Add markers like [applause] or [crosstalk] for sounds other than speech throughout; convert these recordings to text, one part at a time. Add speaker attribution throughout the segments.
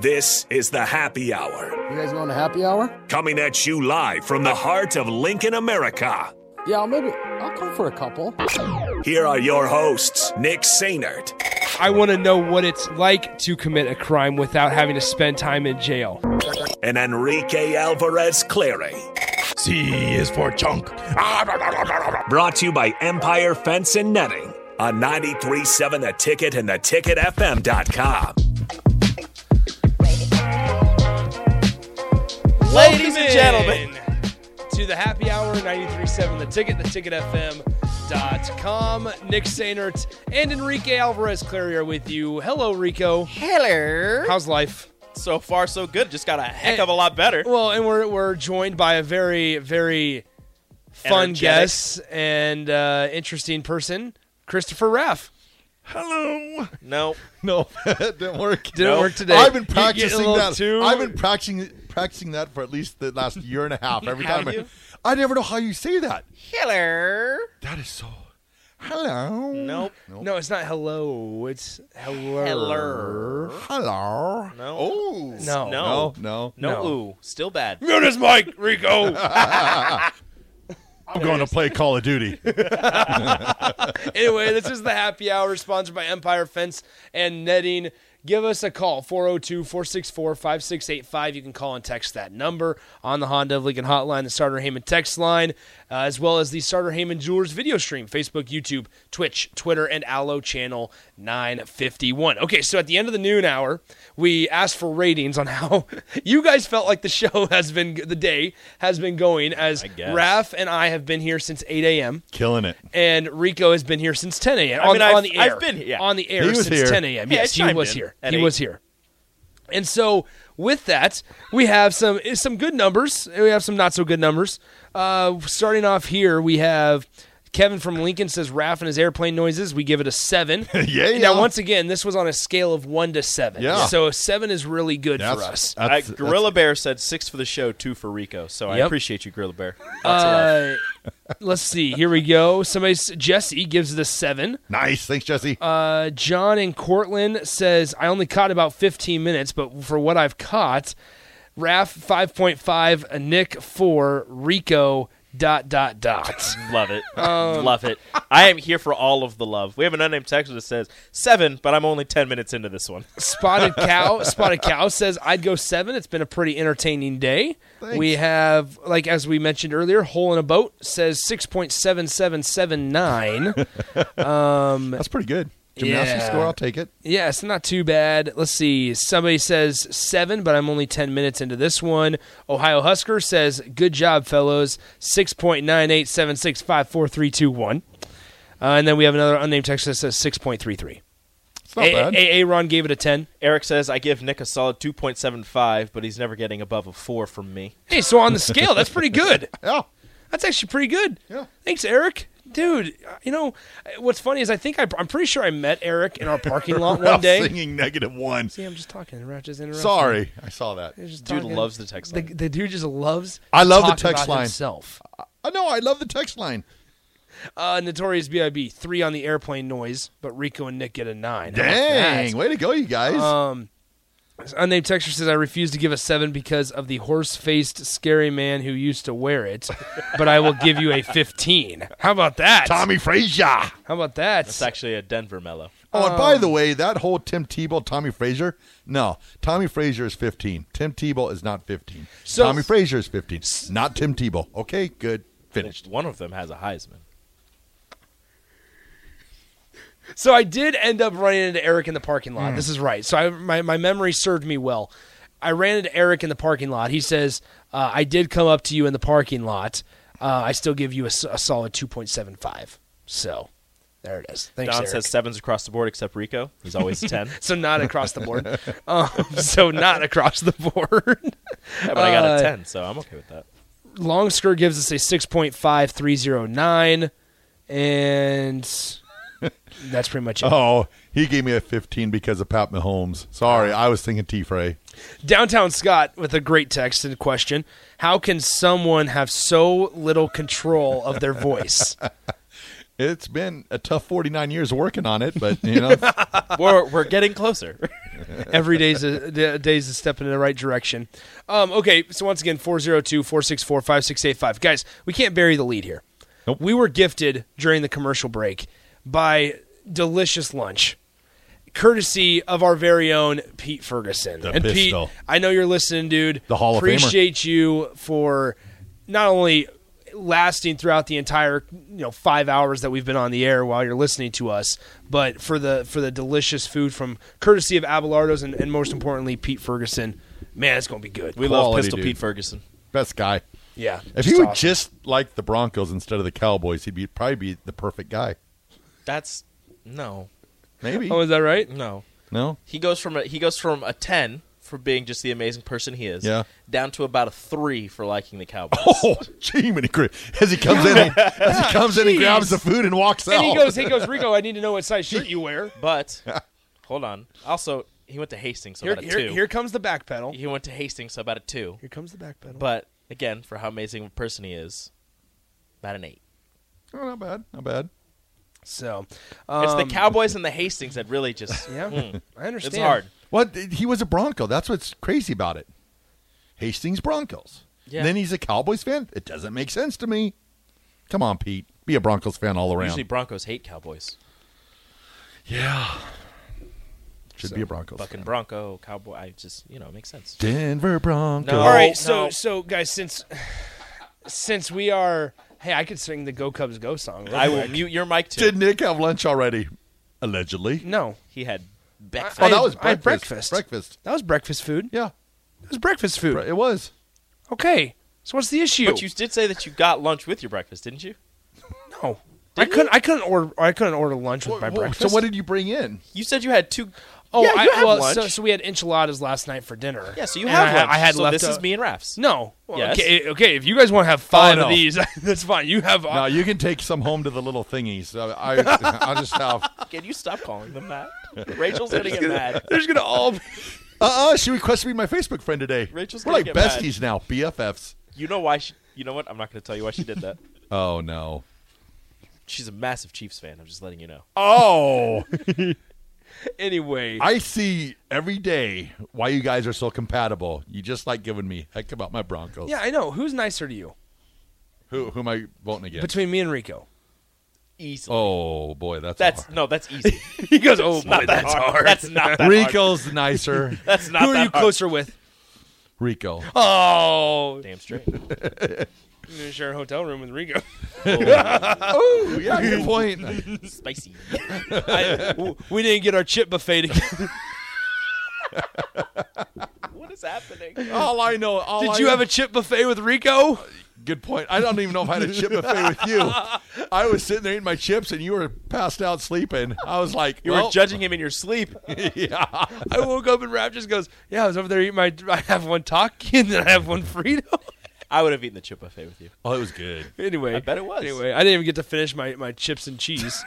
Speaker 1: This is the happy hour,
Speaker 2: You guys going to happy hour?
Speaker 1: coming at you live from the heart of Lincoln, America.
Speaker 2: Yeah, I'll maybe I'll come for a couple.
Speaker 1: Here are your hosts, Nick Sainert
Speaker 3: I want to know what it's like to commit a crime without having to spend time in jail.
Speaker 1: and Enrique Alvarez Clary.
Speaker 4: C is for chunk.
Speaker 1: Brought to you by Empire Fence and Netting on 937 The Ticket and theticketfm.com.
Speaker 3: Ladies and gentlemen, to the happy hour 937 The Ticket, theticketfm.com. Nick Sainert and Enrique Alvarez Clary are with you. Hello, Rico.
Speaker 5: Hello.
Speaker 3: How's life?
Speaker 5: So far, so good. Just got a heck
Speaker 3: Eh,
Speaker 5: of a lot better.
Speaker 3: Well, and we're, we're joined by a very, very fun
Speaker 5: Energetic.
Speaker 3: guest and uh, interesting person, Christopher Raff.
Speaker 4: Hello.
Speaker 5: No,
Speaker 4: No,
Speaker 3: [laughs]
Speaker 4: that didn't work.
Speaker 3: Didn't
Speaker 5: No.
Speaker 3: work today.
Speaker 4: I've been
Speaker 3: You getting a
Speaker 4: practicing
Speaker 3: little
Speaker 4: that.
Speaker 3: too-
Speaker 4: I've been practicing practicing that for at least the last year and a
Speaker 3: [laughs]
Speaker 4: half. Every
Speaker 5: Have
Speaker 4: time I,
Speaker 5: you?
Speaker 4: I never know how you say that.
Speaker 5: hello.
Speaker 4: That is so. Hello.
Speaker 5: Nope.
Speaker 3: No, it's not hello. It's hello.
Speaker 5: Hello.
Speaker 4: Hello.
Speaker 5: No.
Speaker 4: Oh.
Speaker 3: No.
Speaker 5: No.
Speaker 4: No.
Speaker 5: No.
Speaker 3: No.
Speaker 5: Ooh, still bad.
Speaker 3: Mute his mic, Rico.
Speaker 4: I'm going to play Call of Duty.
Speaker 3: [laughs] anyway, this is the happy hour sponsored by Empire Fence and Netting. Give us a call, 402 464 5685. You can call and text that number on the Honda of Lincoln hotline, the Starter Heyman text line, uh, as well as the Starter Heyman Jewelers video stream, Facebook, YouTube, Twitch, Twitter, and Allo Channel 951. Okay, so at the end of the noon hour, we asked for ratings on how [laughs] you guys felt like the show has been, the day has been going, as
Speaker 5: guess.
Speaker 3: Raf and I have been here since 8 a.m
Speaker 4: Killing it.
Speaker 3: and Rico has been here since 10 a.m.
Speaker 5: I
Speaker 3: on,
Speaker 5: mean, I've-
Speaker 3: on the air.
Speaker 5: I've been here, yeah.
Speaker 3: on the air
Speaker 4: He was
Speaker 3: since
Speaker 4: here.
Speaker 3: 10 a.m.
Speaker 5: Yeah,
Speaker 3: Yes,
Speaker 5: I
Speaker 3: he
Speaker 5: chimed
Speaker 3: was
Speaker 5: in
Speaker 3: here.
Speaker 5: at
Speaker 3: He
Speaker 5: eight.
Speaker 3: was here. And so, with that, we have some eh, some good numbers. and We have some not so good numbers. Uh, starting off here, we have Kevin from Lincoln says Raff and his airplane noises. We give it a seven.
Speaker 4: [laughs] Yeah,
Speaker 3: Now,
Speaker 4: yeah.
Speaker 3: once again, this was on a scale of one to seven.
Speaker 4: Yeah.
Speaker 3: So a seven is really good
Speaker 4: That's,
Speaker 3: for us.
Speaker 5: Uh,
Speaker 4: that's,
Speaker 5: Gorilla Bear said six for the show, two for Rico. So I
Speaker 3: Yep.
Speaker 5: appreciate you, Gorilla Bear. Lots of love.
Speaker 3: Uh, let's see. Here we go. Somebody s- Jesse gives it a seven.
Speaker 4: nice. Thanks, Jesse.
Speaker 3: Uh, John in Cortland says, I only caught about 15 minutes, but for what I've caught, Raf 5.5, uh, Nick 4, Rico dot dot dot.
Speaker 5: Love it. love it. I am here for all of the love. We have an unnamed texter that says seven, but I'm only 10 minutes into this one.
Speaker 3: Spotted Cow Spotted Cow says, I'd go 7. It's been a pretty entertaining day. We have, like, as we mentioned earlier, Hole in a Boat says 6.7779.
Speaker 4: that's pretty good. Gymnastics
Speaker 3: yeah.
Speaker 4: score. I'll take it.
Speaker 3: Yeah, it's not too bad. Let's see. Somebody says seven, but I'm only 10 minutes into this one. Ohio Husker says, good job, fellows. 6.9876543321. Uh, and then we have another unnamed text that says 6.33.
Speaker 4: It's not
Speaker 3: A-
Speaker 4: bad.
Speaker 3: A- Aaron gave it a 10.
Speaker 5: Eric says, I give Nick a solid 2.75, but he's never getting above a four from me.
Speaker 3: Hey, so on the scale, that's pretty
Speaker 4: [laughs]
Speaker 3: good.
Speaker 4: yeah.
Speaker 3: That's actually pretty good.
Speaker 4: Yeah.
Speaker 3: Thanks, Eric. Dude, you know, what's funny is I think I, I'm pretty sure I met Eric in our parking
Speaker 4: [laughs]
Speaker 3: lot one
Speaker 4: Ralph
Speaker 3: day.
Speaker 4: singing negative one.
Speaker 3: See, I'm just talking. Ralph just interrupted.
Speaker 4: Sorry, I saw that.
Speaker 3: Just
Speaker 5: Dude
Speaker 3: talking.
Speaker 5: loves the text
Speaker 3: The,
Speaker 5: line.
Speaker 3: the dude just loves.
Speaker 4: I love the
Speaker 3: talking
Speaker 4: text
Speaker 3: about
Speaker 4: line.
Speaker 3: Himself.
Speaker 4: I know. I love the text line.
Speaker 3: Uh, Notorious B.I.B. Three on the airplane noise, but Rico and Nick get a nine. How about
Speaker 4: Dang,
Speaker 3: that?
Speaker 4: way to go, you guys.
Speaker 3: Um, Unnamed texture says I refuse to give a seven because of the horse-faced scary man who used to wear it, but I will give you a fifteen. How about that?
Speaker 4: Tommy Frazier.
Speaker 3: How about that?
Speaker 5: It's actually a Denver mellow.
Speaker 4: Oh, and by
Speaker 3: Um,
Speaker 4: the way, that whole Tim Tebow, Tommy Frazier. No, Tommy Frazier is 15. Tim Tebow is not 15.
Speaker 3: So-
Speaker 4: Tommy Frazier is 15. Not Tim Tebow. Okay, good. Finished.
Speaker 5: One of them has a Heisman.
Speaker 3: So I did end up running into Eric in the parking
Speaker 5: Hmm.
Speaker 3: lot. This is right. So I, my, my memory served me well. I ran into Eric in the parking lot. He says, uh, I did come up to you in the parking lot. Uh, I still give you a, s- a solid 2.75. So There it is. Thanks,
Speaker 5: Don
Speaker 3: Eric.
Speaker 5: says sevens across the board except Rico. He's always a ten.
Speaker 3: so not across the
Speaker 5: [laughs]
Speaker 3: board. um, so not across the board. [laughs]
Speaker 5: Yeah, but I got
Speaker 3: Uh,
Speaker 5: a ten, so I'm okay with that.
Speaker 3: Longsker gives us a 6.5309, and that's pretty much it.
Speaker 4: Oh, he gave me a 15 because of Pat Mahomes. Sorry, I was thinking T. Frey.
Speaker 3: Downtown Scott with a great text and question. How can someone have so little control of their
Speaker 4: [laughs]
Speaker 3: voice?
Speaker 4: It's been a tough 49 years working on it, but you
Speaker 3: [laughs]
Speaker 4: know,
Speaker 5: We're we're getting closer.
Speaker 3: Every day's a, d- day's a step in the right direction. Um, okay, so once again, 402 464 5685. Guys, we can't bury the lead here.
Speaker 4: Nope.
Speaker 3: We were gifted during the commercial break by delicious lunch, courtesy of our very own Pete Ferguson.
Speaker 4: The
Speaker 3: and
Speaker 4: pistol.
Speaker 3: Pete, I know you're listening, dude.
Speaker 4: The Hall of Famer.
Speaker 3: Appreciate you for not only lasting throughout the entire you know five hours that we've been on the air while you're listening to us, but for the for the delicious food from courtesy of Abelardo's and, and most importantly Pete Ferguson. Man, it's gonna be good.
Speaker 5: We love
Speaker 4: Quality,
Speaker 5: Pistol
Speaker 4: dude.
Speaker 5: Pete Ferguson.
Speaker 4: best guy.
Speaker 3: yeah.
Speaker 4: If
Speaker 3: just
Speaker 4: he would
Speaker 3: awesome.
Speaker 4: just like the Broncos instead of the Cowboys, he'd be probably be the perfect guy.
Speaker 5: That's no,
Speaker 4: Maybe.
Speaker 3: Oh, is that right?
Speaker 5: no.
Speaker 4: no? [laughs]
Speaker 5: He goes from a, he goes from a ten for being just the amazing person he is,
Speaker 4: Yeah.
Speaker 5: down to about a three for liking the
Speaker 4: [laughs]
Speaker 5: Cowboys.
Speaker 4: Oh, gee, many cri- as he comes in, and, as he comes
Speaker 3: [laughs]
Speaker 4: in and grabs the food and walks out.
Speaker 3: And he goes, he goes, Rico. I need to know what size shirt you
Speaker 5: [laughs]
Speaker 3: wear.
Speaker 5: But hold on. Also, he went to Hastings, so
Speaker 3: Here,
Speaker 5: about a
Speaker 3: here,
Speaker 5: two.
Speaker 3: here comes the back pedal.
Speaker 5: He went to Hastings, so about a two.
Speaker 3: Here comes the back pedal.
Speaker 5: But again, for how amazing a person he is, about an eight.
Speaker 4: oh, not bad, not bad.
Speaker 3: So,
Speaker 5: It's
Speaker 3: um,
Speaker 5: [laughs] the Cowboys and the Hastings that really
Speaker 3: [laughs]
Speaker 5: just
Speaker 3: Yeah, I understand.
Speaker 5: it's hard.
Speaker 4: What he was a Bronco. That's what's crazy about it. Hastings Broncos.
Speaker 5: Yeah.
Speaker 4: And then he's a Cowboys fan. It doesn't make sense to me. Come on, Pete. Be a Broncos fan all around.
Speaker 5: Usually Broncos hate Cowboys.
Speaker 4: yeah. Should be a Broncos.
Speaker 5: Fucking
Speaker 4: fan.
Speaker 5: Bronco, Cowboy. I just you know it makes sense.
Speaker 4: Denver Broncos.
Speaker 5: No.
Speaker 3: All right, so
Speaker 5: no.
Speaker 3: so guys, since since we are, hey, I could sing the Go Cubs Go song. Right?
Speaker 5: I will mute your mic too.
Speaker 4: Did Nick have lunch already? Allegedly.
Speaker 3: no,
Speaker 5: He had breakfast.
Speaker 3: I-
Speaker 4: Oh, that was
Speaker 3: I had breakfast.
Speaker 4: breakfast. Breakfast.
Speaker 3: that was breakfast food.
Speaker 4: Yeah,
Speaker 3: It was breakfast food.
Speaker 4: it was.
Speaker 3: Okay, so what's the issue?
Speaker 5: but you did say that you got lunch with your breakfast, didn't you?
Speaker 3: no, I couldn't. I couldn't order. I couldn't order lunch with my
Speaker 4: Wha- wha-
Speaker 3: breakfast.
Speaker 4: So what did you bring in?
Speaker 5: You said you had two.
Speaker 3: Oh,
Speaker 5: yeah, you
Speaker 3: I,
Speaker 5: had
Speaker 3: well,
Speaker 5: lunch.
Speaker 3: So, so we had enchiladas last night for dinner.
Speaker 5: yeah, so you
Speaker 3: And
Speaker 5: have
Speaker 3: I,
Speaker 5: lunch.
Speaker 3: I had
Speaker 5: so
Speaker 3: left
Speaker 5: this is
Speaker 3: a-
Speaker 5: me and Raphs.
Speaker 3: No. Well,
Speaker 5: Yes.
Speaker 3: Okay. eh, Okay. If you guys want to have five
Speaker 4: Oh, no.
Speaker 3: of these, [laughs] that's fine. You have. uh,
Speaker 4: No, you can take some home to the little thingies. I, I,
Speaker 3: [laughs]
Speaker 4: I'll just have.
Speaker 5: Can you stop calling them that? Rachel's gonna get mad.
Speaker 3: There's gonna all.
Speaker 4: [laughs]
Speaker 3: Be,
Speaker 4: Uh uh she requested to be my Facebook friend today.
Speaker 5: Rachel's
Speaker 4: We're
Speaker 5: gonna get
Speaker 4: like
Speaker 5: mad.
Speaker 4: besties now, BFFs.
Speaker 5: You know why? She, you know what? I'm not gonna tell you why she did that.
Speaker 4: Oh no.
Speaker 5: She's a massive Chiefs fan. I'm just letting you know.
Speaker 4: Oh,
Speaker 3: anyway.
Speaker 4: I see every day why you guys are so compatible. You just like giving me heck about my Broncos.
Speaker 3: yeah, I know. Who's nicer to you?
Speaker 4: Who, who am I voting against?
Speaker 3: Between me and Rico.
Speaker 5: [laughs] Easily.
Speaker 4: Oh boy, that's
Speaker 5: That's
Speaker 4: hard.
Speaker 5: no. That's [laughs] easy.
Speaker 3: He goes, "Oh, boy,
Speaker 5: that
Speaker 3: that's
Speaker 5: hard.
Speaker 3: hard."
Speaker 5: That's not that hard.
Speaker 4: Rico's nicer.
Speaker 5: [laughs] That's not
Speaker 3: Who
Speaker 5: that
Speaker 3: are you
Speaker 5: hard.
Speaker 3: closer with?
Speaker 4: Rico.
Speaker 3: Oh,
Speaker 5: Damn straight.
Speaker 3: you're gonna share a hotel room with Rico.
Speaker 4: Oh, yeah, good point.
Speaker 5: [laughs] Spicy.
Speaker 3: [laughs] I- w- we didn't get our chip buffet [laughs] together.
Speaker 5: what is happening?
Speaker 4: All I know. All
Speaker 3: Did
Speaker 4: I
Speaker 3: you
Speaker 4: know-
Speaker 3: have a chip buffet with Rico?
Speaker 4: Good point. I don't even know if I had a chip buffet with you.
Speaker 5: [laughs]
Speaker 4: I was sitting there eating my chips, and you were passed out sleeping. I was like,
Speaker 5: You
Speaker 4: well,
Speaker 5: were judging him in your sleep. [laughs]
Speaker 4: [laughs] yeah.
Speaker 3: I woke up and Raph just goes, "Yeah, I was over there eating my. I have one Taki and then I have one Frito." [laughs]
Speaker 5: I would have eaten the chip buffet with you.
Speaker 4: Oh, it was good.
Speaker 3: Anyway,
Speaker 5: I bet it was.
Speaker 3: Anyway, I didn't even get to finish my, my chips and cheese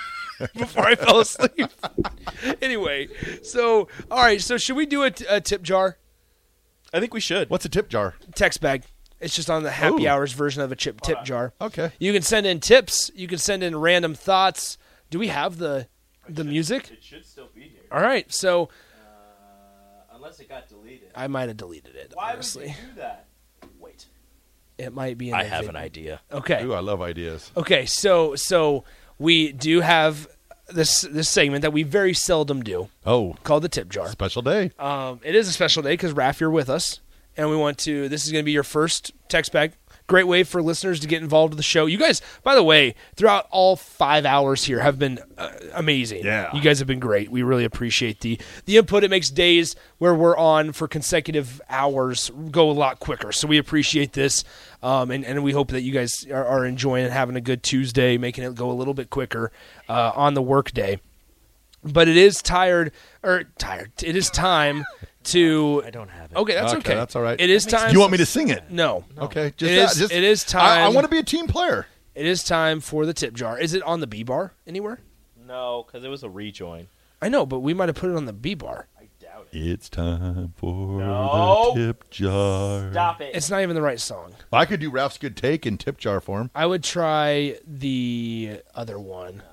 Speaker 3: [laughs] before I fell asleep. [laughs] anyway, so all right, so should we do a, t- a tip jar
Speaker 5: I think we should.
Speaker 4: What's a tip jar?
Speaker 3: text bag? It's just on the happy
Speaker 4: Ooh.
Speaker 3: hours version of a chip tip jar.
Speaker 4: Okay.
Speaker 3: You can send in tips. You can send in random thoughts. Do we have the the music?
Speaker 5: It should still be here,
Speaker 3: All right, so
Speaker 5: unless it got deleted.
Speaker 3: I might have deleted it. honestly,
Speaker 5: do that? Wait.
Speaker 3: it might be. In
Speaker 5: I
Speaker 3: the
Speaker 5: have
Speaker 3: vid-
Speaker 5: an idea.
Speaker 3: Okay.
Speaker 4: Ooh, I love ideas.
Speaker 3: Okay, so so we do have this this segment that we very seldom do
Speaker 4: Oh,
Speaker 3: called the tip jar.
Speaker 4: special day.
Speaker 3: Um, it is a special day because Raph, you're with us, and we want to. This is going to be your first text bag Great way for listeners to get involved with the show. You guys, by the way, throughout all five hours here, have been uh, amazing.
Speaker 1: Yeah.
Speaker 3: you guys have been great. We really appreciate the the input. It makes days where we're on for consecutive hours go a lot quicker. So we appreciate this, um, and and we hope that you guys are, are enjoying and having a good Tuesday, making it go a little bit quicker uh, on the workday but it is tired or tired. It is time [laughs] to. I don't have it. Okay, that's okay.
Speaker 4: Okay, that's all right.
Speaker 3: It is time.
Speaker 4: You want me to sing it?
Speaker 3: No.
Speaker 4: Okay, just
Speaker 3: It is-
Speaker 4: that, just-
Speaker 3: it is
Speaker 4: I, I
Speaker 3: time.
Speaker 4: want to be a team player.
Speaker 3: It is time for the tip jar. Is it on the B bar anywhere?
Speaker 5: No, because it was a rejoin.
Speaker 3: I know, but we might have put it on the B bar.
Speaker 4: It's time for
Speaker 5: No.
Speaker 4: the tip jar.
Speaker 5: Stop it.
Speaker 3: It's not even the right song.
Speaker 4: I could do Ralph's good take in tip jar form.
Speaker 3: I would try the other one.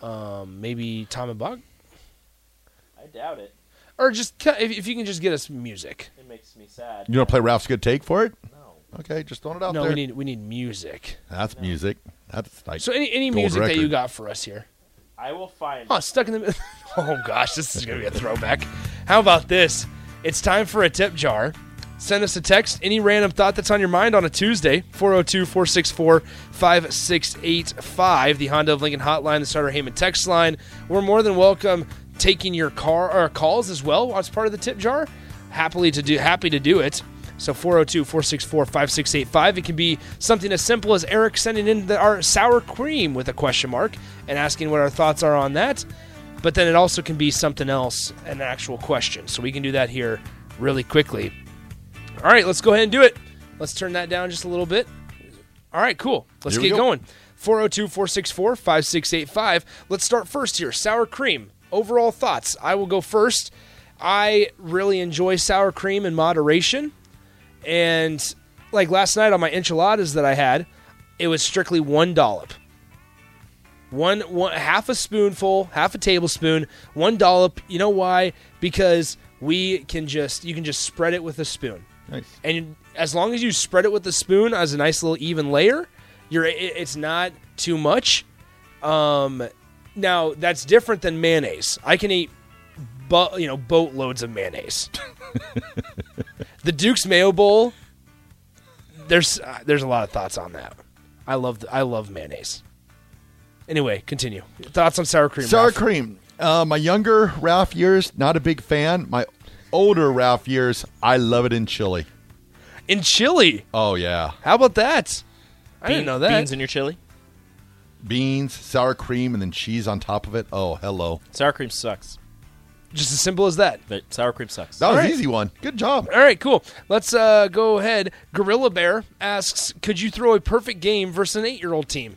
Speaker 3: Um, maybe Tom and Buck,
Speaker 5: I doubt it.
Speaker 3: or just t- if, if you can just get us music.
Speaker 5: It makes me sad.
Speaker 4: You want to play Ralph's good take for it?
Speaker 5: No.
Speaker 4: Okay, just throwing it out
Speaker 3: no,
Speaker 4: there.
Speaker 3: we need we need music.
Speaker 4: That's music. That's like
Speaker 3: So any any
Speaker 4: Gold
Speaker 3: music that you
Speaker 4: record.
Speaker 3: got for us here?
Speaker 5: I will find.
Speaker 3: Oh, stuck in the. mid- [laughs] Oh gosh, this is gonna be a throwback. How about this? It's time for a tip jar. Send us a text, any random thought that's on your mind on a Tuesday, 402 464 5685, the Honda of Lincoln hotline, the Starter Heyman text line. We're more than welcome taking your car or calls as well as part of the tip jar. Happily to do, happy to do it. So 402 464 5685. It can be something as simple as Eric sending in the, our sour cream with a question mark and asking what our thoughts are on that. But then it also can be something else, an actual question. So we can do that here really quickly. All right, let's go ahead and do it. Let's turn that down just a little bit. All right, cool. Let's
Speaker 4: Here we
Speaker 3: get
Speaker 4: go.
Speaker 3: going. 402 464 5685. Let's start first here. Sour cream. Overall thoughts. I will go first. I really enjoy sour cream in moderation. And like last night on my enchiladas that I had, it was strictly one dollop. One, one half a spoonful, half a tablespoon, one dollop. You know why? Because we can just you can just spread it with a spoon.
Speaker 4: nice.
Speaker 3: And as long as you spread it with a spoon as a nice little even layer, you're it, it's not too much. Um, now that's different than mayonnaise. I can eat, bu- you know, boatloads of mayonnaise. the Duke's Mayo Bowl. There's uh, there's a lot of thoughts on that. I love th- I love mayonnaise. Anyway, continue. Thoughts on sour cream?
Speaker 4: Sour
Speaker 3: Ralph?
Speaker 4: cream. Uh, my younger Ralph years, not a big fan. My older Ralph years, I love it in chili.
Speaker 3: in chili.
Speaker 4: Oh yeah,
Speaker 3: How about that? I didn't
Speaker 5: Bean-
Speaker 3: know that.
Speaker 5: Beans in your chili?
Speaker 4: beans, sour cream, and then cheese on top of it. Oh hello,
Speaker 5: Sour cream sucks.
Speaker 3: Just as simple as that.
Speaker 5: But sour cream sucks.
Speaker 4: that was
Speaker 3: right.
Speaker 4: an easy one. Good job.
Speaker 3: All right, cool. Let's uh, go ahead. Gorilla Bear asks, could you throw a perfect game versus an eight-year-old team?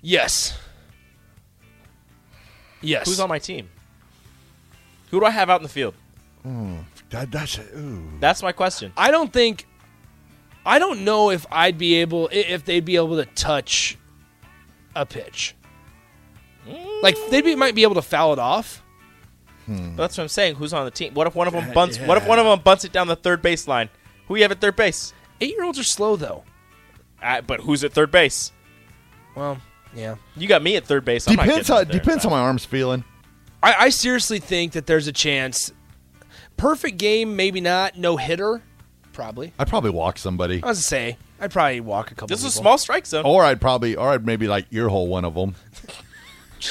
Speaker 3: Yes. Yes.
Speaker 5: Who's on my team? Who do I have out in the field?
Speaker 4: That, that's ooh.
Speaker 5: That's my question.
Speaker 3: I don't think I don't know if I'd be able i- if they'd be able to touch a pitch. Like they be, might be able to foul it off.
Speaker 5: That's what I'm saying. Who's on the team? What if one of them bunts? What if one of them bunts it down the third base line? Who you have at third base?
Speaker 3: Eight-year-olds are slow though.
Speaker 5: Uh, but who's at third base?
Speaker 3: Well, yeah.
Speaker 5: You got me at third base. I'm not
Speaker 4: Depends
Speaker 5: getting
Speaker 4: how
Speaker 5: up there.
Speaker 4: depends how my arm's feeling.
Speaker 3: I, I seriously think that there's a chance. Perfect game, maybe not. No hitter, probably.
Speaker 4: I'd probably walk somebody,
Speaker 3: I was gonna say I'd probably walk a couple.
Speaker 5: This is a
Speaker 3: people.
Speaker 5: small strike zone.
Speaker 4: or I'd probably, or I'd maybe like earhole one of them.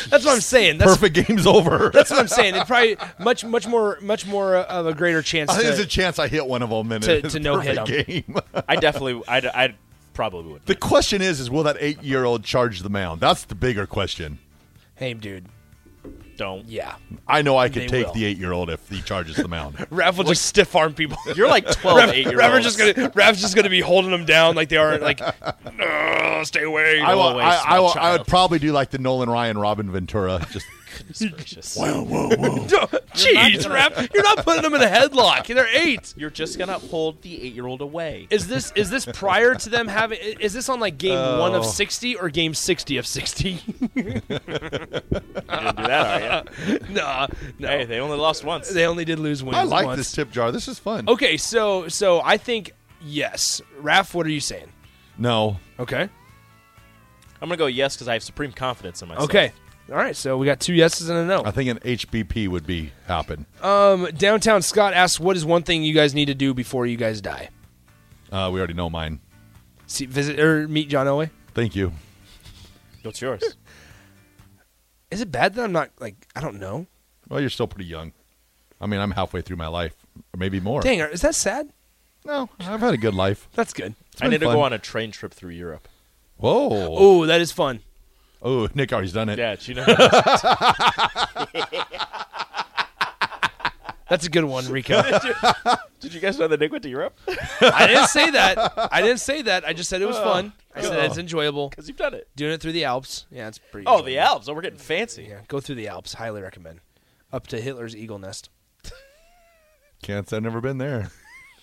Speaker 3: That's what I'm saying. That's,
Speaker 4: Perfect game's over.
Speaker 3: [laughs] that's what I'm saying. It probably much much more much more uh, of a greater [laughs] chance.
Speaker 4: I think [laughs] There's a
Speaker 3: To,
Speaker 4: chance I hit one of them and
Speaker 3: to-
Speaker 4: it's
Speaker 3: to
Speaker 4: a
Speaker 3: no-hit
Speaker 4: perfect game. [laughs]
Speaker 5: I definitely. I I probably would.
Speaker 4: the question is, is will that eight year old charge the mound? That's the bigger question.
Speaker 3: hey, dude.
Speaker 5: Don't.
Speaker 3: Yeah,
Speaker 4: I know I could
Speaker 3: They
Speaker 4: take
Speaker 3: will.
Speaker 4: the eight year old if he charges
Speaker 3: [laughs]
Speaker 4: the mound.
Speaker 3: Raph will just stiff arm people.
Speaker 5: [laughs] You're like 12, 8 year
Speaker 3: Raph
Speaker 5: olds.
Speaker 3: just
Speaker 5: [laughs]
Speaker 3: gonna Raph's just gonna be holding them down like they [laughs] are. Like, "No, stay away.
Speaker 4: I, will,
Speaker 5: always,
Speaker 4: I, I,
Speaker 5: my
Speaker 4: will, I would
Speaker 3: [laughs]
Speaker 5: child.
Speaker 4: probably do like the Nolan Ryan Robin Ventura. Just
Speaker 5: Goodness gracious.
Speaker 4: whoa, whoa, whoa.
Speaker 3: Don't- [laughs] Jeez, Rep, you're not putting them in a headlock. They're eight.
Speaker 5: You're just gonna hold the eight-year-old away.
Speaker 3: Is this is this prior to them having? i- Is this on like game one of sixty or game sixty of sixty? [laughs]
Speaker 5: You're gonna do that, are you?
Speaker 3: nah, no.
Speaker 5: Hey, they only lost once.
Speaker 3: They only did lose wins.
Speaker 4: I like
Speaker 3: once. Oh.
Speaker 4: this tip jar. This is fun.
Speaker 3: Okay, so so I think yes, Raph. What are you saying?
Speaker 4: No.
Speaker 3: Okay.
Speaker 5: I'm gonna go yes because I have supreme confidence in myself.
Speaker 3: Okay. All right, so we got two yeses and a no.
Speaker 4: I think an HBP would be happen.
Speaker 3: Downtown Scott asks, "What is one thing you guys need to do before you guys die?"
Speaker 4: Uh, we already know mine.
Speaker 3: See, visit or meet John Elway.
Speaker 4: Thank you.
Speaker 5: what's
Speaker 3: [laughs]
Speaker 5: yours?
Speaker 3: Is it bad that I'm not like I don't know?
Speaker 4: Well, you're still pretty young. I mean, I'm halfway through my life, or maybe more.
Speaker 3: Dang, is that sad?
Speaker 4: No, I've had a good life.
Speaker 3: That's good.
Speaker 4: It's
Speaker 5: I
Speaker 4: been
Speaker 5: need to
Speaker 4: fun.
Speaker 5: go on a train trip through Europe.
Speaker 4: Whoa.
Speaker 3: Oh, that is fun.
Speaker 4: Oh, Nick already's done it.
Speaker 5: Yeah, you [laughs] know.
Speaker 3: That's a good one, Rico.
Speaker 4: [laughs]
Speaker 5: Did you guys know that Nick went to Europe? [laughs]
Speaker 3: I didn't say that. I didn't say that. I just said it
Speaker 4: Oh,
Speaker 3: was fun. I said it's enjoyable.
Speaker 5: Because you've done it.
Speaker 3: Doing it through the Alps. Yeah, it's pretty.
Speaker 5: Oh, the
Speaker 3: enjoyable.
Speaker 5: Alps. Oh, we're getting fancy.
Speaker 3: Yeah, go through the Alps. Highly recommend. Up to Hitler's Eagle Nest.
Speaker 4: Can't say I've never been there.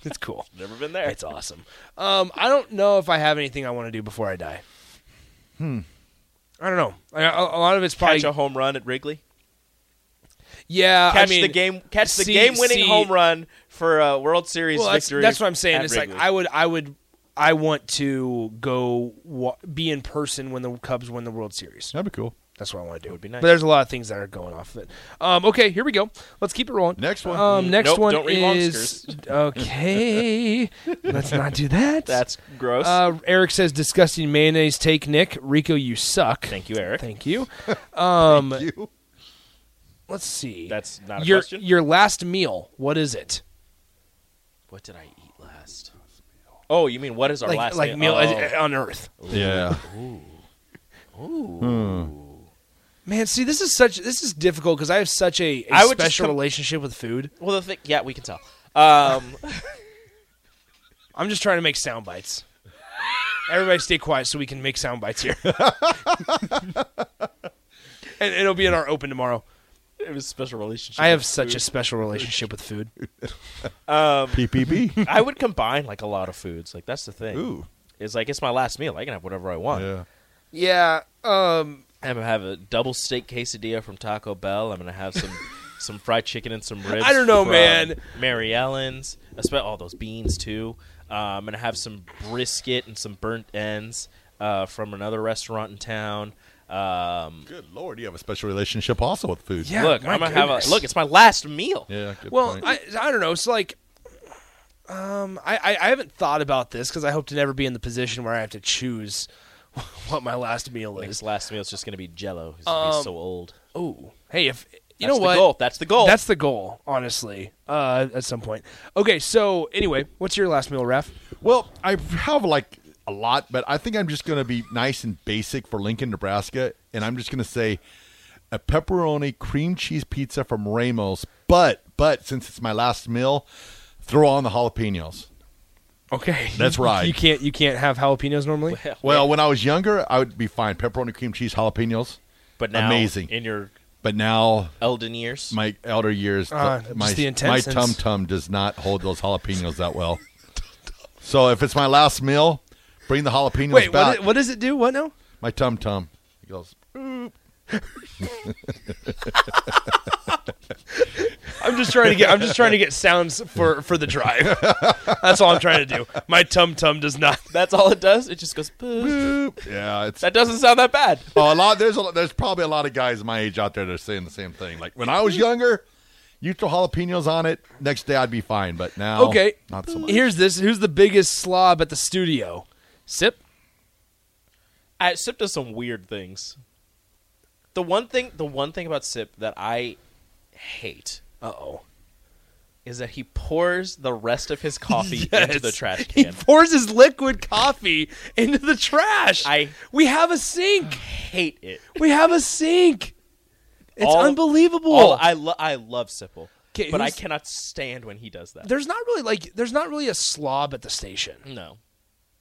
Speaker 3: It's cool.
Speaker 5: Never been there.
Speaker 3: It's awesome. Um, I don't know if I have anything I want to do before I die. Hmm. I don't know. I, a, a lot of it's probably
Speaker 5: Catch a home run at Wrigley.
Speaker 3: yeah.
Speaker 5: Catch
Speaker 3: I mean,
Speaker 5: the game. Catch the
Speaker 3: see-
Speaker 5: game-winning
Speaker 3: see-
Speaker 5: home run for a World Series
Speaker 3: Well, that's,
Speaker 5: victory.
Speaker 3: that's what I'm saying.
Speaker 5: at
Speaker 3: It's
Speaker 5: Wrigley.
Speaker 3: like I would, I would, I want to go wa- be in person when the Cubs win the World Series.
Speaker 4: That'd be cool.
Speaker 3: That's what I want to do. Would
Speaker 5: be nice.
Speaker 3: But there's a lot of things that are going off of it. Um, okay, here we go. Let's keep it rolling.
Speaker 4: Next one.
Speaker 3: Um, next
Speaker 5: Mm. Nope,
Speaker 3: one
Speaker 5: don't read
Speaker 3: is
Speaker 5: [laughs]
Speaker 3: okay. let's not do that.
Speaker 5: That's gross.
Speaker 3: uh, Eric says disgusting mayonnaise take. Nick Rico, you suck.
Speaker 5: Thank you,
Speaker 3: [laughs]
Speaker 5: Eric.
Speaker 3: Thank you. Um,
Speaker 4: you?
Speaker 3: Let's see.
Speaker 5: That's not a
Speaker 3: your
Speaker 5: question.
Speaker 3: your last meal. What is it?
Speaker 5: what did I eat last? Oh, you mean what is our
Speaker 3: like
Speaker 5: last Oh.
Speaker 3: like meal
Speaker 5: meal?
Speaker 3: as- on Earth.
Speaker 4: Yeah.
Speaker 3: Man, see, this is such this is difficult because I have such a, a
Speaker 5: I would just
Speaker 3: special
Speaker 5: com-
Speaker 3: relationship with food.
Speaker 5: Oh. Well, the thing. Yeah, we can tell. Um,
Speaker 3: I'm just trying to make sound bites. Everybody, stay quiet so we can make sound bites
Speaker 5: [laughs]
Speaker 3: here. and it'll be in our open tomorrow.
Speaker 5: [laughs] it was a special relationship.
Speaker 3: I have such a special relationship with food.
Speaker 4: PPB.
Speaker 5: [laughs] I would combine like a lot of foods. Like that's the thing.
Speaker 4: Ooh.
Speaker 5: It's like it's my last meal. I can have whatever I want.
Speaker 4: [laughs] Yeah.
Speaker 3: Yeah. Um.
Speaker 5: I'm gonna have a double steak quesadilla from Taco Bell. I'm gonna have [laughs] some some fried chicken and some ribs.
Speaker 3: I don't know,
Speaker 5: from
Speaker 3: man.
Speaker 5: Mary Ellen's. I spent all those beans too. Uh, I'm gonna have some brisket and some burnt ends uh, from another restaurant in town. Um,
Speaker 4: Good lord, you have a special relationship also with food.
Speaker 3: Yeah.
Speaker 5: look,
Speaker 3: my
Speaker 5: I'm gonna have
Speaker 3: goodness.
Speaker 5: a look. It's my last meal.
Speaker 4: Yeah. Good
Speaker 3: Well,
Speaker 4: point.
Speaker 3: I, I don't know. It's like, um, I, I, I haven't thought about this because I hope to never be in the position where I have to choose [laughs] what my last meal
Speaker 5: His
Speaker 3: is.
Speaker 5: last meal is just gonna be Jello. He's, gonna
Speaker 3: Um,
Speaker 5: be so old.
Speaker 3: Oh, hey, if you
Speaker 5: That's
Speaker 3: know
Speaker 5: the
Speaker 3: what,
Speaker 5: goal. That's the goal.
Speaker 3: That's the goal, honestly. Uh, at some point. Okay, so anyway, what's your last meal, Ref?
Speaker 4: Well, I have like a lot, but I think I'm just going to be nice and basic for Lincoln, Nebraska, and I'm just going to say a pepperoni cream cheese pizza from Ramos. But but since it's my last meal, throw on the jalapenos.
Speaker 3: Okay,
Speaker 4: That's
Speaker 3: [laughs]
Speaker 4: right.
Speaker 3: You can't you can't have jalapenos normally.
Speaker 4: Well, when I was younger, I would be fine pepperoni cream cheese jalapenos.
Speaker 5: But now,
Speaker 4: Amazing.
Speaker 5: in your
Speaker 4: But now
Speaker 5: Elden years,
Speaker 4: my elder years,
Speaker 3: Ah,
Speaker 4: my
Speaker 3: just the
Speaker 4: my
Speaker 3: intestines.
Speaker 4: tum tum does not hold those jalapenos that well. so if it's my last meal, bring the jalapenos
Speaker 3: Wait,
Speaker 4: back.
Speaker 3: what, it- what does it do? What now?
Speaker 4: My tum tum. He goes.
Speaker 3: I'm just trying to get I'm just trying to get sounds for for the drive.
Speaker 5: [laughs]
Speaker 3: That's all I'm trying to do. My tum tum does not.
Speaker 5: that's all it does. It just goes. "Boo."
Speaker 4: Yeah, it's
Speaker 5: That doesn't sound that bad.
Speaker 4: oh, a lot. There's a, lot- there's probably a lot of guys my age out there that are saying the same thing. Like when I was younger, you throw jalapenos on it, next day I'd be fine. But now,
Speaker 5: Oh,
Speaker 3: Okay.
Speaker 4: not so much.
Speaker 3: Here's this. Who's the biggest slob at the studio? Sip.
Speaker 5: I, Sip does some weird things. The one thing, the one thing about Sip that I hate
Speaker 3: Uh oh.
Speaker 5: is that he pours the rest of
Speaker 4: [laughs]
Speaker 5: his coffee into the trash
Speaker 3: He
Speaker 5: can.
Speaker 3: pours his liquid coffee into the trash.
Speaker 5: I-
Speaker 3: we have a sink.
Speaker 5: hate it.
Speaker 3: We have a sink. It's
Speaker 5: All-
Speaker 3: unbelievable.
Speaker 5: All, I lo- I love Sipple,
Speaker 3: 'Kay,
Speaker 5: but I
Speaker 3: who's-
Speaker 5: cannot stand when he does that.
Speaker 4: [laughs]
Speaker 3: there's not really like there's not really a slob at the station.
Speaker 5: No,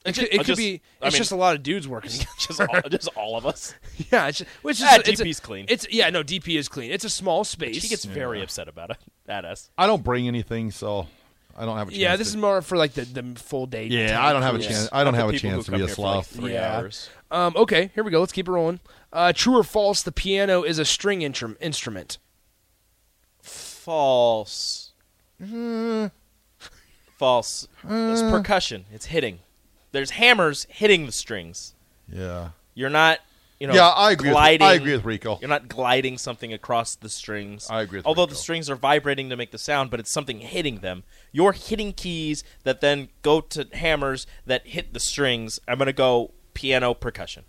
Speaker 3: It could, it
Speaker 5: I'll
Speaker 3: could
Speaker 5: Mm, just-
Speaker 3: be. It's
Speaker 5: I mean-
Speaker 3: just a lot of dudes working. [laughs] together.
Speaker 5: just, all, just all of us.
Speaker 3: yeah, it's, which is
Speaker 5: Ah,
Speaker 3: it's a-
Speaker 5: DP 's clean.
Speaker 3: It's yeah, no DP is clean. It's a small space.
Speaker 5: She gets very upset about it at us.
Speaker 4: I don't bring anything, so I don't have a chance.
Speaker 3: yeah. This
Speaker 4: to-
Speaker 3: is more for like the, the full day.
Speaker 4: Yeah,
Speaker 3: type
Speaker 4: I don't have a
Speaker 3: cruise.
Speaker 4: chance. I don't
Speaker 5: Not
Speaker 4: have
Speaker 5: the
Speaker 4: a
Speaker 5: people who
Speaker 4: chance to
Speaker 5: come
Speaker 4: be a
Speaker 5: here for, like,
Speaker 4: sloth.
Speaker 5: three
Speaker 3: Yeah.
Speaker 5: hours.
Speaker 3: Um, okay, here we go. Let's keep it rolling. Uh, true or false? The piano is a string intrum- instrument.
Speaker 5: False. Mm-hmm. False. It's
Speaker 4: Mm.
Speaker 5: percussion. It's hitting. There's hammers hitting the strings.
Speaker 4: yeah.
Speaker 5: You're not, you know,
Speaker 4: Yeah, I agree with-
Speaker 5: gliding.
Speaker 4: I agree with Rico.
Speaker 5: You're not gliding something across the strings.
Speaker 4: I agree with
Speaker 5: Although the
Speaker 4: Rico.
Speaker 5: strings are vibrating to make the sound, but it's something hitting them. You're hitting keys that then go to hammers that hit the strings. I'm gonna go piano percussion.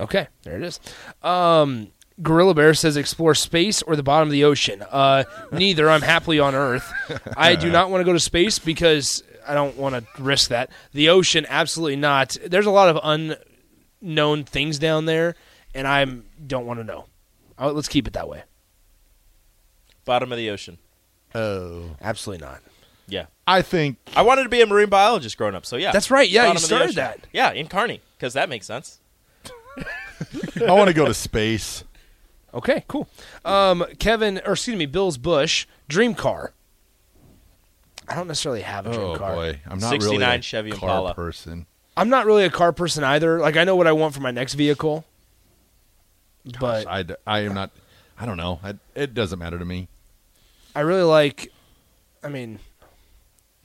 Speaker 3: Okay, there it is. Um, Gorilla Bear says explore space or the bottom of the ocean. Uh, neither. I'm happily on Earth. I do not want to go to space because I don't want to risk that. The ocean, absolutely not. There's a lot of unknown things down there, and I don't want to know. Uh, let's keep it that way.
Speaker 5: Bottom of the ocean.
Speaker 4: Oh,
Speaker 3: Absolutely not.
Speaker 5: Yeah.
Speaker 4: I think
Speaker 5: I wanted to be a marine biologist growing up, so yeah.
Speaker 3: That's right. Yeah,
Speaker 5: Bottom
Speaker 3: you
Speaker 5: of the
Speaker 3: started
Speaker 5: ocean.
Speaker 3: that.
Speaker 5: Yeah, in Kearney, because that makes sense.
Speaker 4: I want to go
Speaker 5: [laughs]
Speaker 4: to space.
Speaker 3: Okay, cool. Um, Kevin, or excuse me, Bill's Bush dream car. I don't necessarily have a dream
Speaker 4: Oh
Speaker 3: car.
Speaker 4: boy, I'm not
Speaker 5: 69
Speaker 4: really a
Speaker 5: Chevy
Speaker 4: car
Speaker 5: Impala.
Speaker 4: person.
Speaker 3: I'm not really a car person either. Like I know what I want for my next vehicle, but I,
Speaker 4: I, d- I am not. I don't know. I, it doesn't matter to me.
Speaker 3: really like. I mean,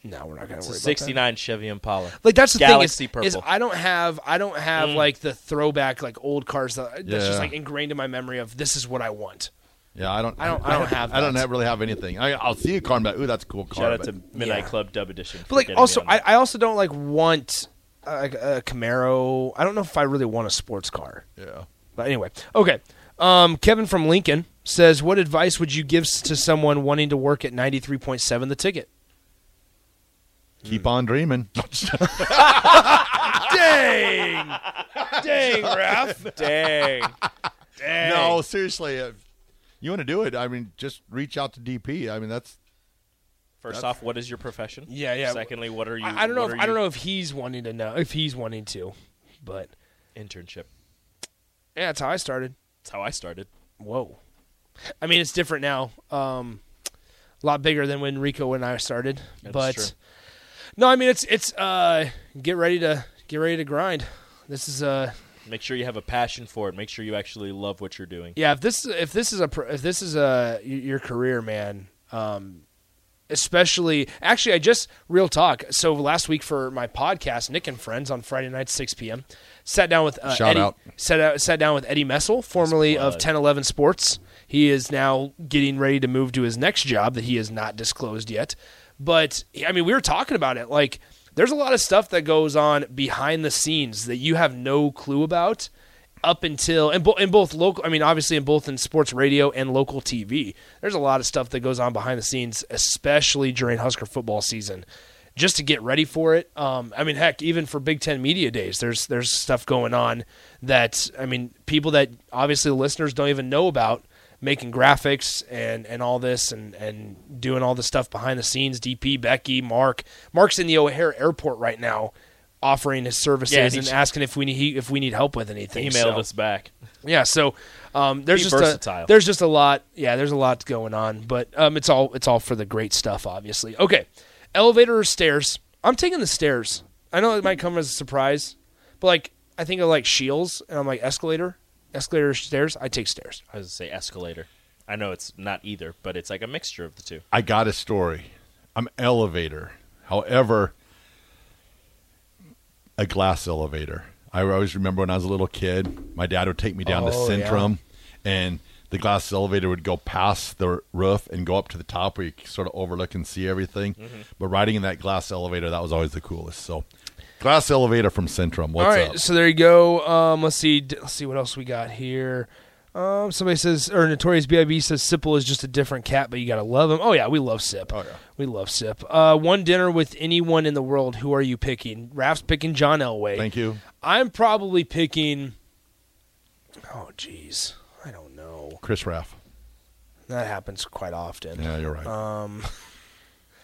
Speaker 3: no, we're not gonna
Speaker 5: It's a
Speaker 3: worry about that.
Speaker 5: '69 Chevy Impala.
Speaker 3: Like that's the
Speaker 5: Galaxy
Speaker 3: thing is- is,
Speaker 5: purple. Mm.
Speaker 3: I don't have I don't have like the throwback like old cars that, that's just
Speaker 4: Yeah.
Speaker 3: like ingrained in my memory of this is what I want.
Speaker 4: Yeah, I don't.
Speaker 3: I don't- I don't have
Speaker 4: [laughs] I don't
Speaker 3: that.
Speaker 4: have, really have anything. I, I'll see a car and be like, "Ooh, that's a cool car."
Speaker 5: Shout out
Speaker 4: but-
Speaker 5: to Midnight
Speaker 3: yeah.
Speaker 5: Club Dub Edition. for
Speaker 3: But like
Speaker 5: getting me
Speaker 3: also
Speaker 5: on
Speaker 3: I,
Speaker 5: that.
Speaker 3: I also don't like want a, a Camaro. I don't know if I really want a sports car.
Speaker 4: yeah.
Speaker 3: But anyway, okay. Um, Kevin from Lincoln says, "What advice would you give s- to someone wanting to work at ninety three point seven The Ticket?"
Speaker 4: Keep on dreaming. [laughs]
Speaker 3: Dang,
Speaker 5: [laughs]
Speaker 3: dang, Raph.
Speaker 5: Dang.
Speaker 4: no, seriously. If you want to do it? I mean, just reach out to DP. I mean, that's
Speaker 5: First off, what is your profession?
Speaker 3: Yeah, yeah.
Speaker 5: Secondly, what are you?
Speaker 3: I, I don't know.
Speaker 5: what
Speaker 3: If,
Speaker 5: are
Speaker 3: I don't
Speaker 5: you-
Speaker 3: know if he's wanting to know if he's wanting to, but
Speaker 5: Internship.
Speaker 3: yeah, that's how I started.
Speaker 5: That's how I started.
Speaker 3: Whoa, I mean it's different now. Um, a lot bigger than when Rico and I started,
Speaker 5: That's
Speaker 3: but
Speaker 5: true.
Speaker 3: no, I mean it's it's uh, get ready to get ready to grind. This is uh
Speaker 5: Make sure you have a passion for it. Make sure you actually love what you're doing.
Speaker 3: Yeah, if this if this is a pr- if this is a y- your career, man. Um, especially, actually, I just real talk. So last week for my podcast, Nick and Friends on Friday night, six p.m. Sat down with uh,
Speaker 4: Shout
Speaker 3: Eddie,
Speaker 4: out.
Speaker 3: Sat out, sat down with Eddie Messel, formerly of Ten Eleven Sports. He is now getting ready to move to his next job that he has not disclosed yet. But I mean, we were talking about it. Like, there's a lot of stuff that goes on behind the scenes that you have no clue about up until in, bo- in both local i mean obviously in both in sports radio and local tv there's a lot of stuff that goes on behind the scenes especially during husker football season just to get ready for it um, i mean heck even for big ten media days there's there's stuff going on that i mean people that obviously listeners don't even know about making graphics and and all this and and doing all the stuff behind the scenes dp becky mark mark's in the o'hare airport right now offering his services
Speaker 5: Yeah,
Speaker 3: and
Speaker 5: he's-
Speaker 3: asking if we need he, if we need help with anything
Speaker 5: Emailed
Speaker 3: so-
Speaker 5: us back.
Speaker 3: yeah, so um, there's
Speaker 5: Be
Speaker 3: just
Speaker 5: versatile.
Speaker 3: a, there's just a lot. Yeah, there's a lot going on, but um, it's all it's all for the great stuff, obviously. Okay, elevator or stairs? I'm taking the stairs. I know it might come as a surprise, but like I think of like shields, and I'm like escalator, escalator, or stairs. I take stairs.
Speaker 5: I was gonna say escalator. I know it's not either, but it's like a mixture of the two.
Speaker 4: I got a story. I'm elevator. However, a glass elevator. I always remember when I was a little kid, my dad would take me down to
Speaker 3: Oh, yeah.
Speaker 4: Centrum and the glass elevator would go past the roof and go up to the top where you could sort of overlook and see everything.
Speaker 3: Mm-hmm.
Speaker 4: But riding in that glass elevator, that was always the coolest. So, glass elevator from Centrum. What's
Speaker 3: All right,
Speaker 4: up?
Speaker 3: so there you go. Um, let's see. d- Let's see what else we got here. Um, somebody says, or Notorious B.I.B. says, Sipple is just a different cat, but you gotta love him. Oh yeah, we love Sip. Oh yeah, we love Sip. Uh, one dinner with anyone in the world. Who are you picking? Raph's picking John Elway.
Speaker 4: Thank you.
Speaker 3: I'm probably picking. Oh jeez, I don't know.
Speaker 4: Chris Raff.
Speaker 3: That happens quite often.
Speaker 4: Yeah, you're right.
Speaker 3: Um,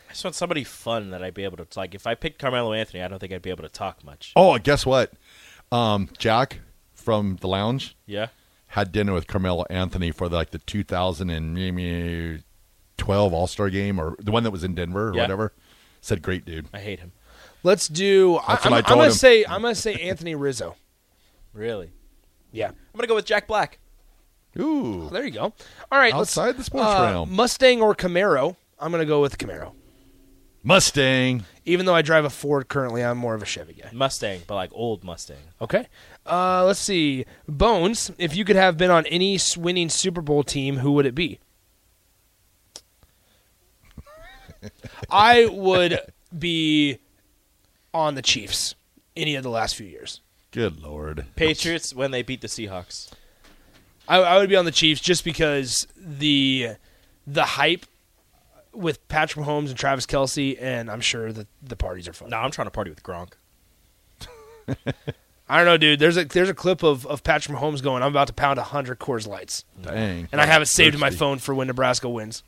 Speaker 5: I just want somebody fun that I'd be able to like. If I picked Carmelo Anthony, I don't think I'd be able to talk much.
Speaker 4: Oh, and guess what? Um, Jack from the lounge
Speaker 5: Yeah.
Speaker 4: had dinner with Carmelo Anthony for like the 2012 All Star game or the one that was in Denver or
Speaker 5: Yeah.
Speaker 4: whatever. Said great dude.
Speaker 5: I hate him.
Speaker 3: Let's do. I,
Speaker 4: That's
Speaker 3: am
Speaker 4: what I told
Speaker 3: gonna
Speaker 4: him.
Speaker 3: say. I'm gonna say Anthony Rizzo.
Speaker 5: Really.
Speaker 3: Yeah.
Speaker 5: I'm gonna go with Jack Black.
Speaker 4: Ooh,
Speaker 3: There you go. All right. let's-
Speaker 4: Outside the sports
Speaker 3: uh,
Speaker 4: realm.
Speaker 3: Mustang or Camaro. I'm gonna go with Camaro.
Speaker 4: Mustang.
Speaker 3: Even though I drive a Ford currently, I'm more of a Chevy guy.
Speaker 5: Mustang, but like old Mustang.
Speaker 3: Okay. Uh, let's see. Bones, if you could have been on any s- winning Super Bowl team, who would it
Speaker 4: [laughs]
Speaker 3: be? I would be on the Chiefs any of the last few years.
Speaker 4: Good lord.
Speaker 5: Patriots when they beat the Seahawks.
Speaker 3: I, I would be on the Chiefs just because the the hype with Patrick Mahomes and Travis Kelsey, and I'm sure that the parties are fun.
Speaker 5: No, I'm trying to party with Gronk.
Speaker 3: I don't know, dude. There's a there's a clip of, of Patrick Mahomes going, "I'm about to pound hundred Coors Lights,"
Speaker 4: Dang.
Speaker 3: and I have it saved in my
Speaker 4: Thirsty.
Speaker 3: phone for when Nebraska wins.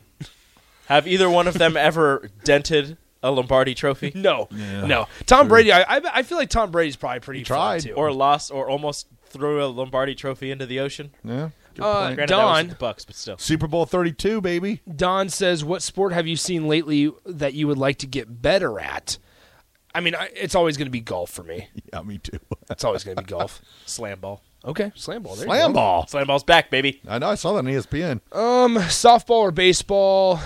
Speaker 5: Have either one of them [laughs] ever dented a Lombardi trophy?
Speaker 3: No, no. Tom Brady. I, I I feel like Tom Brady's probably pretty
Speaker 4: He tried.
Speaker 3: fun, too.
Speaker 5: Or lost or almost threw a Lombardi trophy into the ocean?
Speaker 4: Yeah. Good
Speaker 3: Uh,
Speaker 4: point.
Speaker 5: Granted, that was
Speaker 3: Don.
Speaker 5: with the Bucks, but still.
Speaker 4: Super Bowl 32, baby. [laughs]
Speaker 3: Don says, "What sport have you seen lately that you would like to get better at?" I mean, I, it's always going to be golf for me.
Speaker 4: Yeah, me too.
Speaker 3: It's always going to be golf.
Speaker 5: [laughs] Slam ball.
Speaker 3: Okay, slam ball. There you
Speaker 4: Slam ball.
Speaker 5: Slam ball's back, baby.
Speaker 4: I know. I saw that on E ESPN.
Speaker 3: go. Um, Softball or baseball?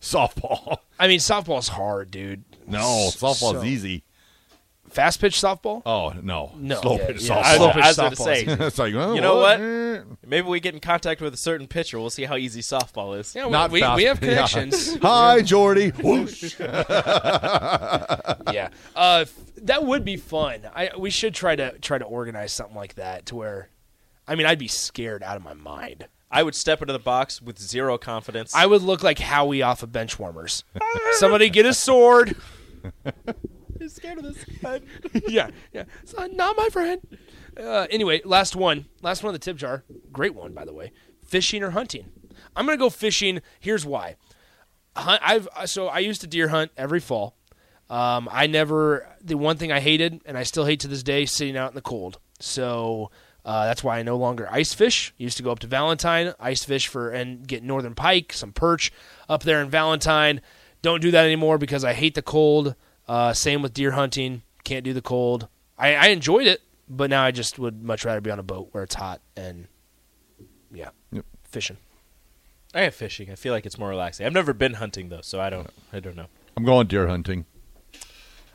Speaker 4: softball.
Speaker 3: I mean, softball's hard, dude.
Speaker 4: [laughs] No,
Speaker 3: S-
Speaker 4: softball's
Speaker 3: so-
Speaker 4: easy.
Speaker 3: Fast pitch softball.
Speaker 4: Oh no,
Speaker 3: No,
Speaker 4: slow
Speaker 3: yeah,
Speaker 4: pitch
Speaker 3: yeah.
Speaker 5: I,
Speaker 3: Slow
Speaker 4: softball.
Speaker 5: was- I was going
Speaker 3: pitch
Speaker 5: to say,
Speaker 4: [laughs] it's like oh,
Speaker 5: You know what?
Speaker 4: eh.
Speaker 5: maybe we get in contact with a certain pitcher. We'll see how easy softball is.
Speaker 3: Yeah, we-
Speaker 4: Not
Speaker 3: we,
Speaker 4: fast-
Speaker 3: we have
Speaker 4: [laughs] yeah.
Speaker 3: connections.
Speaker 4: Hi, Jordy. Whoosh.
Speaker 3: yeah, uh, f- that would be fun. I we should try to try to organize something like that to where, I mean, I'd be scared out of my mind.
Speaker 5: I would step into the box with zero confidence.
Speaker 3: I would look like Howie off of
Speaker 4: [laughs]
Speaker 3: Benchwarmers. Somebody get a sword.
Speaker 5: I'm scared of this.
Speaker 3: [laughs] yeah, yeah. It's not, not my friend. Uh, anyway, last one. Last one of the tip jar. Great one, by the way. Fishing or hunting? I'm gonna go fishing. Here's why. Hunt, I've uh, so I used to deer hunt every fall. Um, I never. The one thing I hated, and I still hate to this day, sitting out in the cold. So. Uh, that's why I no longer ice fish. Used to go up to Valentine, ice fish for and get northern pike, some perch up there in Valentine. Don't do that anymore because I hate the cold. Uh, same with deer hunting. Can't do the cold. I, I enjoyed it, but now I just would much rather be on a boat where it's hot and yeah,
Speaker 4: Yep.
Speaker 3: fishing.
Speaker 5: I am fishing. I feel like it's more relaxing. I've never been hunting though, so I don't. I don't know.
Speaker 4: I'm going deer hunting.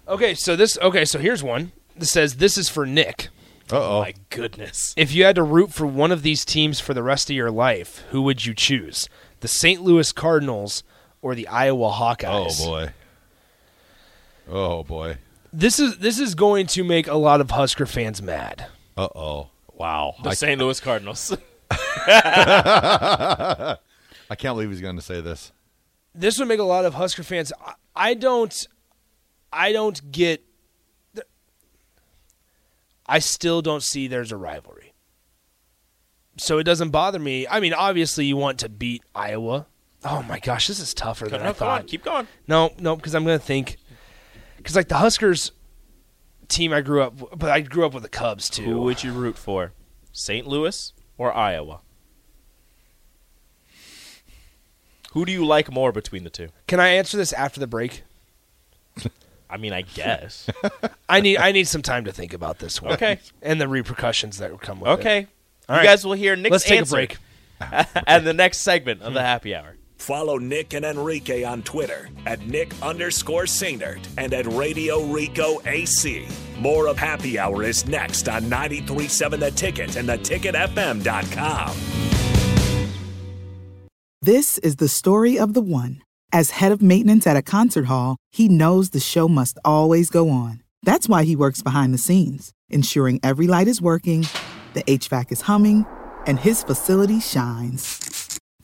Speaker 3: Okay, so this. Okay, so here's one that says this is for Nick.
Speaker 4: Uh oh.
Speaker 5: My goodness.
Speaker 3: If you had to root for one of these teams for the rest of your life, who would you choose? The St. Louis Cardinals or the Iowa
Speaker 4: Oh
Speaker 3: Hawkeyes?
Speaker 4: boy. Oh boy.
Speaker 3: This is this is going to make a lot of Husker fans mad.
Speaker 4: Uh oh. Wow.
Speaker 5: The
Speaker 4: I,
Speaker 5: St. Louis Cardinals.
Speaker 4: I can't believe he's going to say this.
Speaker 3: this would make a lot of Husker fans. I, I don't, I don't get. I still don't see there's a rivalry. So it doesn't bother me. I mean, obviously you want to beat Iowa. Oh my gosh, this is tougher than I
Speaker 5: no, come on,
Speaker 3: thought.
Speaker 5: keep going.
Speaker 3: No, no, because I'm gonna think, because like the Huskers team I grew up, w- but I grew up with the Cubs too.
Speaker 5: Who would you root for? St. Louis or Iowa? Who do you like more between the two?
Speaker 3: Can I answer this after the break?
Speaker 5: I mean, I guess.
Speaker 3: I need I need some time to think about this one.
Speaker 5: Okay.
Speaker 3: and the repercussions that would come with it.
Speaker 5: Okay.
Speaker 3: All
Speaker 5: you
Speaker 3: right.
Speaker 5: guys will hear Nick's
Speaker 3: Let's take
Speaker 5: answer
Speaker 3: a
Speaker 5: [laughs]
Speaker 3: break.
Speaker 5: and the next segment of the happy hour.
Speaker 1: Follow Nick and Enrique on Twitter at Nick underscore Sainert and at Radio Rico AC. More of Happy Hour is next on 937 The Ticket and theticketfm.com.
Speaker 6: This is the story of the one. As head of maintenance at a concert hall, he knows the show must always go on. That's why he works behind the scenes, ensuring every light is working, the HVAC is humming, and his facility shines.